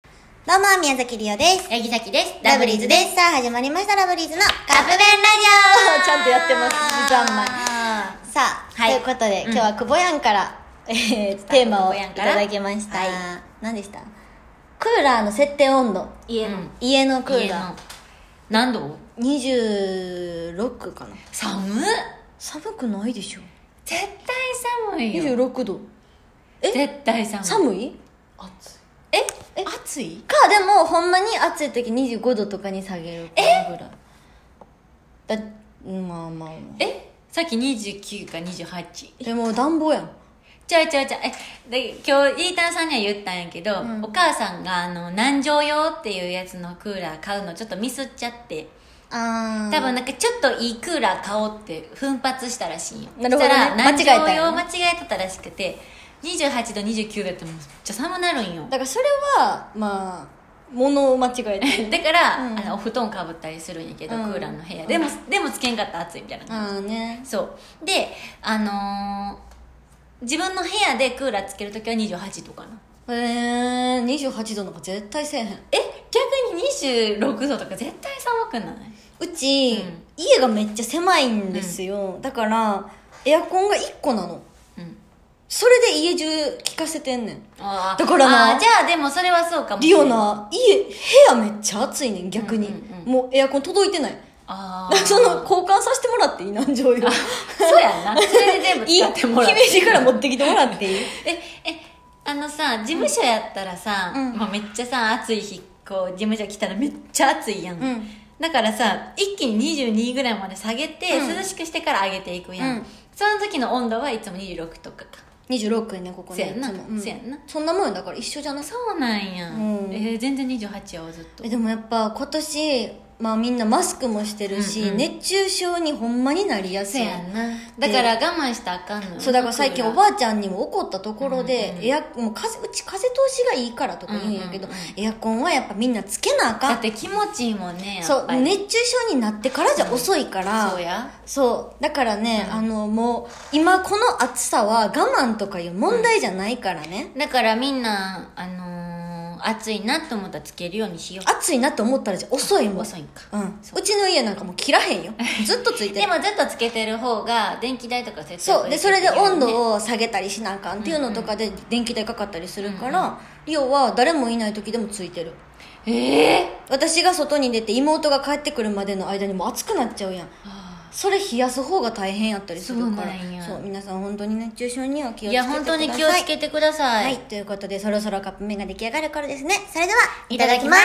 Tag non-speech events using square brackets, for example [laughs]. どうも、宮崎りおです。ヤギザキです。ラブリーズです。さあ、始まりました、ラブリーズのカップ麺ラジオ [laughs] ちゃんとやってます時間前さあ、はいということで、うん今日は久保やんから、えーテーマをいただきました。はい何でしたクーラーの設定温度。家うの、ん家のククーーララー。何度ー。26かな。寒っ寒くないでしょ。絶対寒いよ。 26度。え絶対寒い。寒い暑いええ暑いかでもほんまに暑い時25度とかに下げるからぐらいだまあまあまあえさっき29か28。でも暖房やんちゃうちゃうちゃう。え、で、今日、イータンさんには言ったんやけど、うんお母さんが、あの、南城用っていうやつのクーラー買うのちょっとミスっちゃって、あ多分なんかちょっといいクーラー買おうって奮発したらしいんよ。なるほどねそしたら間違えたん南や城ね用間違えてたらしくて、28度29度やってもうめっちゃ寒なる [laughs] んよ。だからそれはまあ物を間違えて [laughs] だから、うんあのお布団かぶったりするんやけど、うんクーラーの部屋でも、でもつけんかったら暑いみたいな感じ、ああねそうであのー自分の部屋でクーラーつけるときは28度かなええー、28度なんか絶対せえへんえ逆に26度とか絶対寒くないうち、うん家がめっちゃ狭いんですよ、だからエアコンが1個なのうんそれで家中効かせてんねんあーだからなあーじゃあでもそれはそうかもリオあナ家部屋めっちゃ暑いねん逆に、うんうんうんもうエアコン届いてないあー [laughs] その交換させてもらっていい南城用そうやん [laughs] な [laughs] それで全部いい使ってもらって姫路から持ってきてもらって [laughs] いいええあのさ事務所やったらさ、うんまあ、めっちゃさ暑い日こう事務所来たらめっちゃ暑いやん、うんだからさ一気に22ぐらいまで下げて、うん涼しくしてから上げていくやん、うんその時の温度はいつも26とかか26円ねここねせやんないつもうんせやんなそんなもんよだから一緒じゃないそうなんや、うんえー全然28やわずっとえでもやっぱ今年まあみんなマスクもしてるし、うんうん熱中症にほんまになりやすせいやんなだから我慢したらあかんのよそうだから最近おばあちゃんにも怒ったところで、うんうんエアもう風うち風通しがいいからとか言うんやけど、うんうんエアコンはやっぱみんなつけなあかだんって気持ちいいもんねやそっうぱり熱中症になってからじゃ遅いから、そうやそうだからね、うんあのもう今この暑さは我慢とかいう問題じゃないからね、だからみんなあのー暑いなと思ったらつけるようにしよう暑いなと思ったらじゃ遅いもん遅いんかうん、うちの家なんかもう切らへんよずっとついてでるもずっとつけてる方が電気代とか節そうでそれで温を度を下げたりしなあかんっていうのとかで電気代かかったりするから、リオは誰もいない時でもついてるええ私が外に出て妹が帰ってくるまでの間にもう暑くなっちゃうやんそれ冷やす方が大変やったりするからそうなんやそう皆さん本当に熱中症には気をつけてくださいいや本当に気をつけてください、はい、ということでそろそろカップ麺が出来上がる頃ですねそれではいただきます